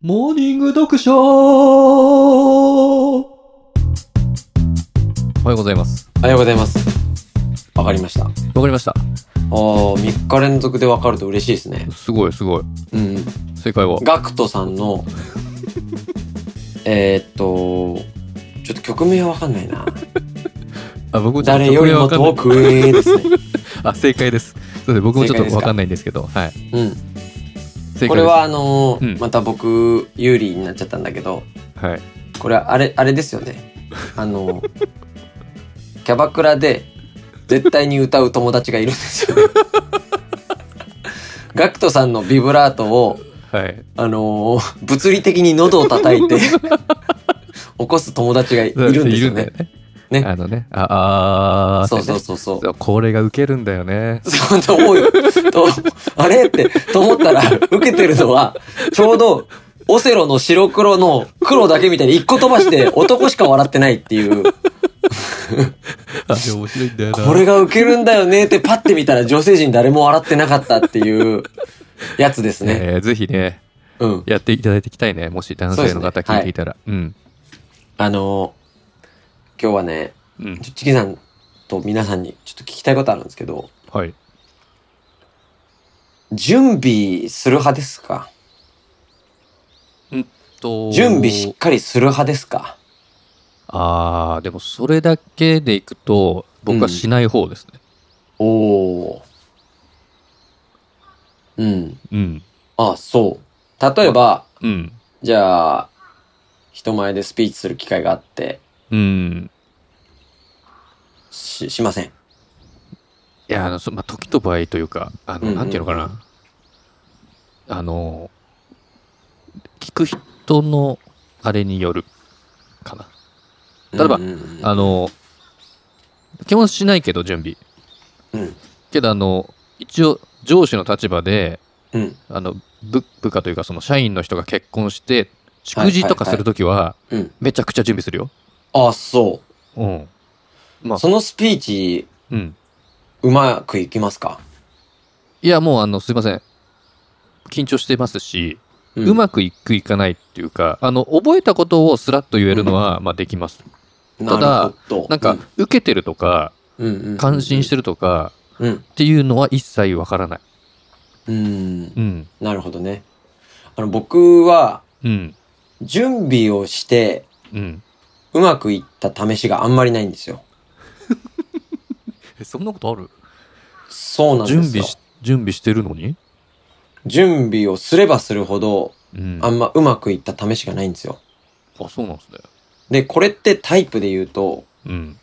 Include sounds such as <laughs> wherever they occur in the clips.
モーニング読書おはようございます。おはようございます。わかりました。あわかりました。あ、3日連続でわかると嬉しいですね。すごいすごい。うん。正解は。ガクトさんの、 <laughs> えーっと、ちょっと曲名はわかんない <laughs> な。あ、僕ちょっと誰よりもこれわ遠かくへですね。んないあ、正解です。そうです。僕もちょ正解っでとすかわかんないんですけど。はい。正う解ん。です。これはあのーうんまた僕、有利になっちゃったんだけど、はい。これはあれ、あれですよね。あのーキャバクラで絶対に歌う友達がいるんです <laughs> よね。ガクトさんのビブラートを、はい。あのー物理的に喉を叩 <laughs> いて起こす友達がいるんですよね。いるんだよね。ねあのね。あ、あーそうってそうねそうそう。そうこれがウケるんだよね。そうと思うよ。と、あれって、と思ったら、受けてるのは、ちょうど、オセロの白黒の黒だけみたいに一個飛ばして男しか笑ってないっていう、あれ面白いんだよな。これがウケるんだよねってパッて見たら女性陣誰も笑ってなかったっていうやつですね。えーぜひね、うん。やっていただいていきたいね。もし男性の方そうですね聞いていたら。うん。あのー今日はね、うん。ちょチキさんと皆さんにちょっと聞きたいことあるんですけど、はい。準備する派ですかと準備しっかりする派ですかああ、でもそれだけでいくと、僕はしない方ですね。おおー。うん。うん。あ、そう。例えば、うん。じゃあ、人前でスピーチする機会があって、うん。し、しません。いや、あの、そまあ、時と場合というか、あの、うんうんなんていうのかな。あの、聞く人のあれによるかな。例えばうんうんうんあの、基本しないけど、準備。うん。けど、あの、一応、上司の立場で、うん。あの、部部下というか、その社員の人が結婚して、祝辞とかするときは、うん。めちゃくちゃ準備するよ。あ、そうん。まう。あそのスピーチ、うん。うまくいきますかいや、もう、あの、すいません。緊張してますし、ううんまくいくいかないっていうか、あの、覚えたことをスラッと言えるのは、まあ、できます。ただなるほどなんか、、受けてるとか、うんうんうん感心してるとか、うん。っていうのは一切わからない。うんう。ん。なるほどね。あの、僕は、うん。準備をして、うん。うまくいった試しがあんまりないんですよ。え、そんなことあるそうなんですよ。準備し、準備してるのに準備をすればするほど、うん。あんまうまくいった試しがないんですよ。あ、そうなんですね。で、これってタイプで言うと、うん。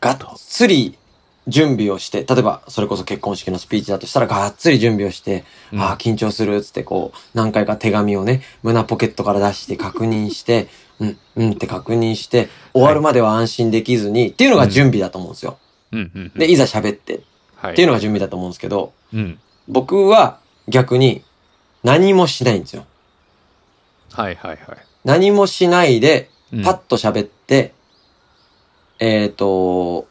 がっつり準備をして、例えば、それこそ結婚式のスピーチだとしたら、がっつり準備をして、うんああ、緊張するっつって、こう、何回か手紙をね、胸ポケットから出して確認して、うん、うんって確認して、終わるまでは安心できずに、っていうのが準備だと思うんですよ。うん。うん。で、いざ喋って、っはい、ていうのが準備だと思うんですけど、うん。僕は逆に何もしないんですよ。はいはいはい。何もしないで、うんパッと喋って、えっ、と、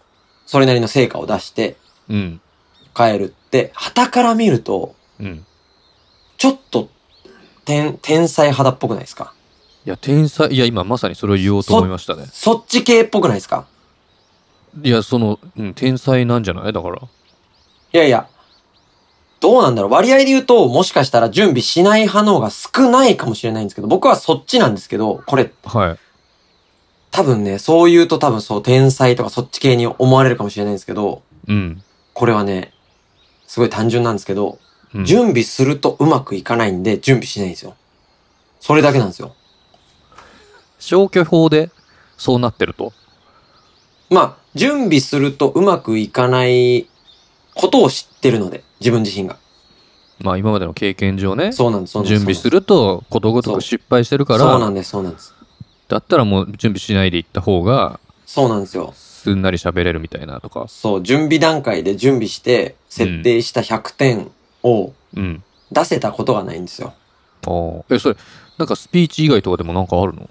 それなりの成果を出してうん。帰るって、旗から見ると、うん。ちょっと、天、天才肌っぽくないですかいや、天才、いや、今まさにそれを言おうと思いましたね。そっち系っぽくないですかいや、その、うん、天才なんじゃないだから。いやいや、どうなんだろう割合で言うと、もしかしたら準備しない派の方が少ないかもしれないんですけど、僕はそっちなんですけど、これ、はい。多分ね、そう言うと多分そう、天才とかそっち系に思われるかもしれないんですけど、うん。これはね、すごい単純なんですけど、うん準備するとうまくいかないんで、準備しないんですよ。それだけなんですよ。消去法でそうなってると。まあ、準備するとうまくいかないことを知ってるので、自分自身が。まあ今までの経験上ね、そうなんです、そうなんで準す。備するるとことごとそくう失敗してるかそうなら、んです、そうなんです。だったらもう準備しないで行った方が、そうなんですよ。すんなり喋れるみたいなとか。そう、準備段階で準備して、設定した100点をうん。出せたことがないんですよ。ああ。え、それ、なんかスピーチ以外とかでもなんかあるの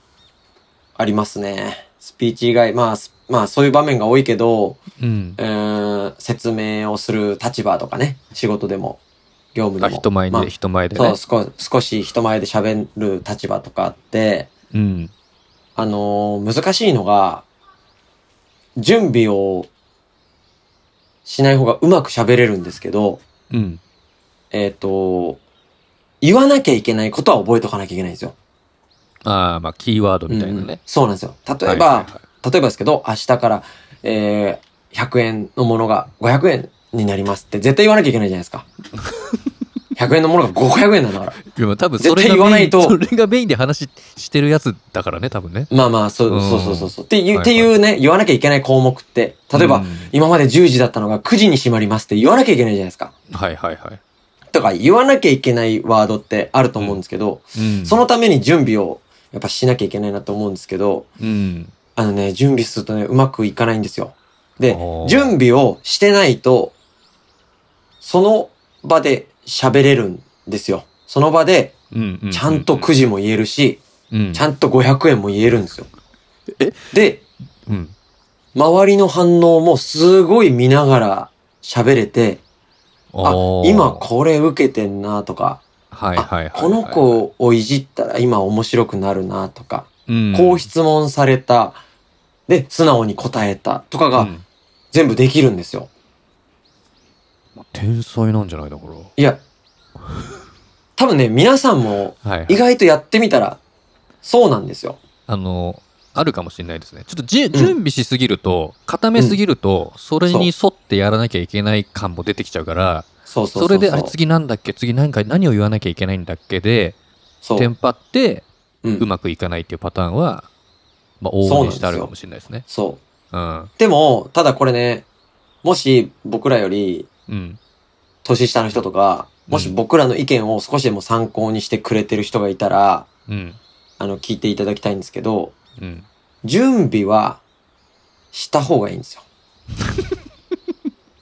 ありますね。スピーチ以外、まあ、すまあ、そういう場面が多いけど、うんう。ーん説明をする立場とかね、仕事でも。業務であも。人前まあで人前でそねう、少少し人前で喋る立場とかあって、うんあのー難しいのが、準備をしない方がうまく喋れるんですけど、うんえっ、と、言わなきゃいけないことは覚えておかなきゃいけないんですよ。ああまあキーワードみたいなうんうんね、そうなんですよ。例えば、はいはいはい例えばですけど、明日から、えー100円のものが500円になりますって絶対言わなきゃいけないじゃないで <laughs> すか。100円のものが500円なんだから。でも多分それ絶対が言わなメイいンとそれがメインで話してるやつだからね多分ねまあまあ、そううんそうそうそうそう。ってはいいう、はいっていうね、言わなきゃいけない項目って、例えば、うん今まで10時だったのが9時に閉まりますって言わなきゃいけないじゃないですか。はいはいはい、とか、言わなきゃいけないワードってあると思うんですけど、うん、そのために準備をやっぱしなきゃいけないなと思うんですけど、うんあのね、準備するとね、うまくいかないんですよ。でおー、準備をしてないと、その場で喋れるんですよ。その場で、うんうんちゃんと9時も言えるし、うんちゃんと500円も言えるんですよ。えで、うん周りの反応もすごい見ながら喋れて、あお、ー今これ受けてんなとか、はいはいはいはいあこの子をいじったら今面白くなるなとか、うんこう質問された、で、素直に答えたとかうがん全部できるんですよ。天才なんじゃないだからはいや、多分ね、皆さんもいはい意外とやってみたら、そうなんですよ。あの、あるかもしれないですね。ちょっとじ、準備しすぎると、固めすぎると、それに沿ってやらなきゃいけない感も出てきちゃうから、そうそそうそうう。れで、あれ、次なんだっけ次何か、何を言わなきゃいけないんだっけで、そう、テンパって、うんうまくいかないっていうパターンは、まあ、往々にしてあるかもしれないですね。そう。うん。でも、ただこれね、もし僕らよりうん。年下の人とか、もし僕らの意見を少しでも参考にしてくれてる人がいたら、うん。あの、聞いていただきたいんですけど、うん。準備はした方がいいんですよ。 <laughs>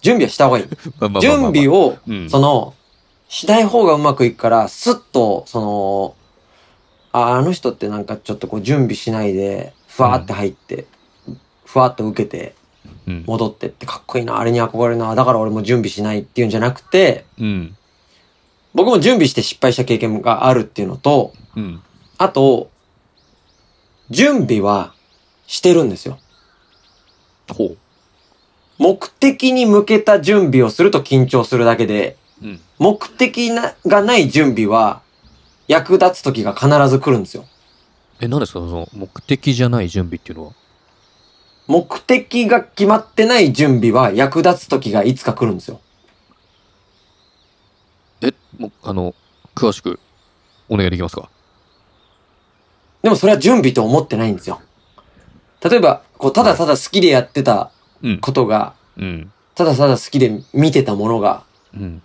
準備はした方がいい。まあまあまあまあ準備、を、うんその、しない方がうまくいくから、スッと、その、ああの人ってなんかちょっとこう準備しないで、ふわーって入って、ふわーっと受けて、うん。戻ってってかっこいいな、あれに憧れるな、だから俺も準備しないっていうんじゃなくて、うん。僕も準備して失敗した経験があるっていうのと、うん。あと、準備はしてるんですよ。ほう。目的に向けた準備をすると緊張するだけで、うん。目的ながない準備は役立つ時が必ず来るんですよ。え、何ですかその、目的じゃない準備っていうのは。目的が決まってない準備は役立つ時がいつか来るんですよ。え、もう、あの、詳しく、お願いできますかでもそれは準備と思ってないんですよ。例えば、こう、ただただ好きでやってたうん。ことが、うん。ただただ好きで見てたものが、うん。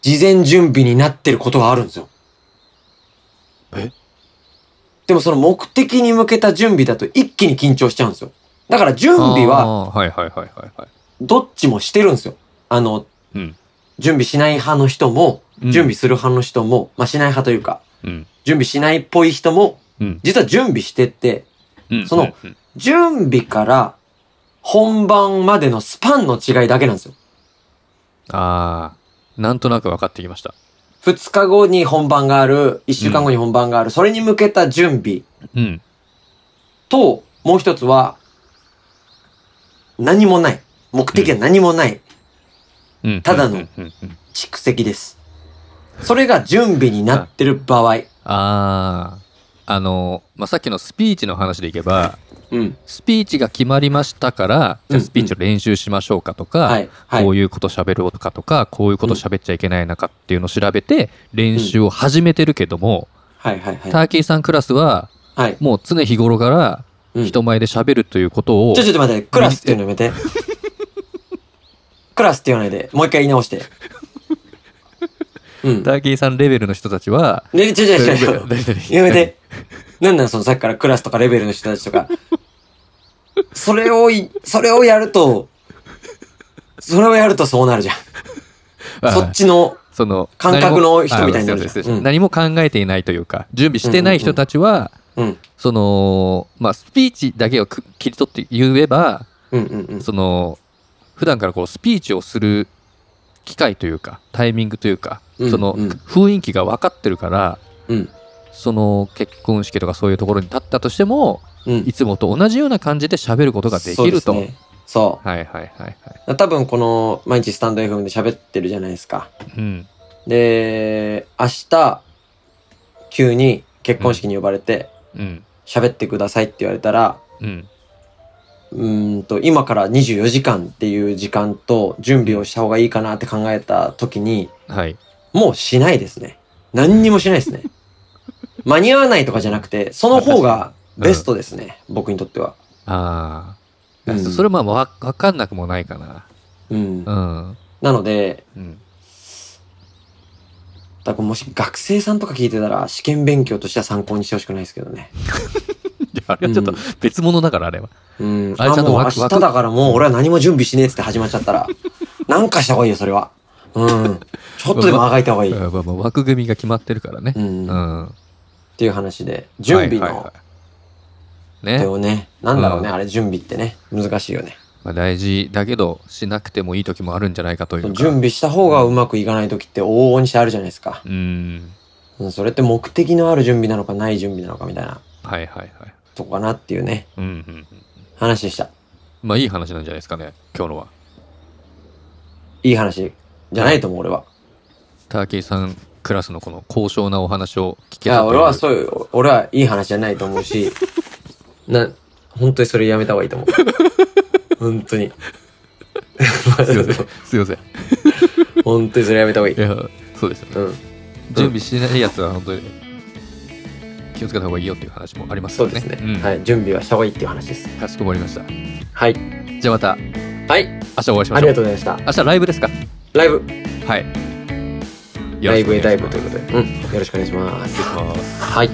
事前準備になってることがあるんですよ。えでもその目的に向けた準備だと一気に緊張しちゃうんですよ。だから準備はあーはいはいはいはいはいどっちもしてるんですよ。あの、うん準備しない派の人も、うん準備する派の人も、まあしない派というか、うん準備しないっぽい人も、うん実は準備してって、うんそのうん準備から本番までのスパンの違いだけなんですよ。ああなんとなく分かってきました2日後に本番がある、1週間後に本番がある、それに向けた準備うんと、もう一つは、何もない。目的は何もない。うんただのうんうんうん蓄積です。それが準備になってる場合。あああのーまあさっきのスピーチの話でいけばうん。スピーチが決まりましたからじうんゃあうんスピーチを練習しましょうかとか、はい。はこうい。いうこと喋ろうとかとかこういうこと喋っちゃいけないのかっていうのを調べて練習を始めてるけども、はい。はい。はい。ターキーさんクラスははい。もう常日頃からうん人前で喋るということをちょ、ちょっと待って。クラスっていうのやめて。 <laughs> クラスって言わないで。もう一回言い直して。うん。ターキーさんレベルの人たちはね、ちょちょちょちょ。 <laughs> やめて。なんなんそのさっきからクラスとかレベルの人たちとか。それをい、それをやると、それをやるとそうなるじゃん。 <laughs> あそっちの、その感覚の人みたいになる何もあそうですうん何も考えていないというか準備してない人たちは、うん、そのまあスピーチだけをく切り取って言えばうんうんうん。その普段からこうスピーチをする機会というかタイミングというかうんそのうん雰囲気が分かってるから、うんその結婚式とかそういうところに立ったとしても、うんいつもと同じような感じで喋ることができると。そうですねそはいはいはいはい。う。多分この毎日スタンド FM で喋ってるじゃないですか。うん。で、明日、急に結婚式に呼ばれて、うん。喋ってくださいって言われたら、うん。うーんと、今から24時間っていう時間と準備をした方がいいかなって考えた時に、はい。もうしないですね。何にもしない <laughs> ですね。間に合わないとかじゃなくて、その方がベストですね。僕にとっては。ああ、うんそれまあわ分かんなくもないかな。うん。うん。なので、うん。 <laughs> だからもし学生さんとか聞いてたら、試験勉強としては参考にしてほしくないですけどね。いや、あれはちょっと別物だから、あれは。うん。あれあ、ちゃんともう明枠日だからもう俺は何も準備しねえっつって始まっちゃっ <laughs> たら、なんかした方がいいよ、それは。うん。ちょっとでもあがいた方がいい。うんまあまあ枠組みが決まってるからねう。。うんっん。ていう話で、準備はいはいはのい手ね。をね、なんだろうね、うんあれ準備ってね、難しいよね。まあ、大事だけど、しなくてもいい時もあるんじゃないかというか。準備した方がうまくいかない時って往々にしてあるじゃないですか。うん。うん、それって目的のある準備なのかない準備なのかみたいなはいはいはい。とこかなっていうね、うんうんうん。話でした。まあいい話なんじゃないですかね、今日のは。いい話じゃないと思う、俺は。ターキーさんクラスのこの高尚なお話を聞いけたや、という俺はそういう、俺はいい話じゃないと思う <laughs> し、な、本当にそれやめた方がいいと思う。 <laughs> 本当に。すいません。すいません。 <laughs> 本当にそれやめた方がいいい。や、そうですよね。うん。準備しないやつは本当に気をつけた方がいいよっていう話もありますそようね。ですね。んはい。準備はした方がいいっていう話です。かしこまりました。はい。じゃあまたはい。明日お会いしまあしょりがう。とうございました。明日ライブですかライブ、はい。ライブへダイブというこことで、うん。よろしくお願いします。とで。はい。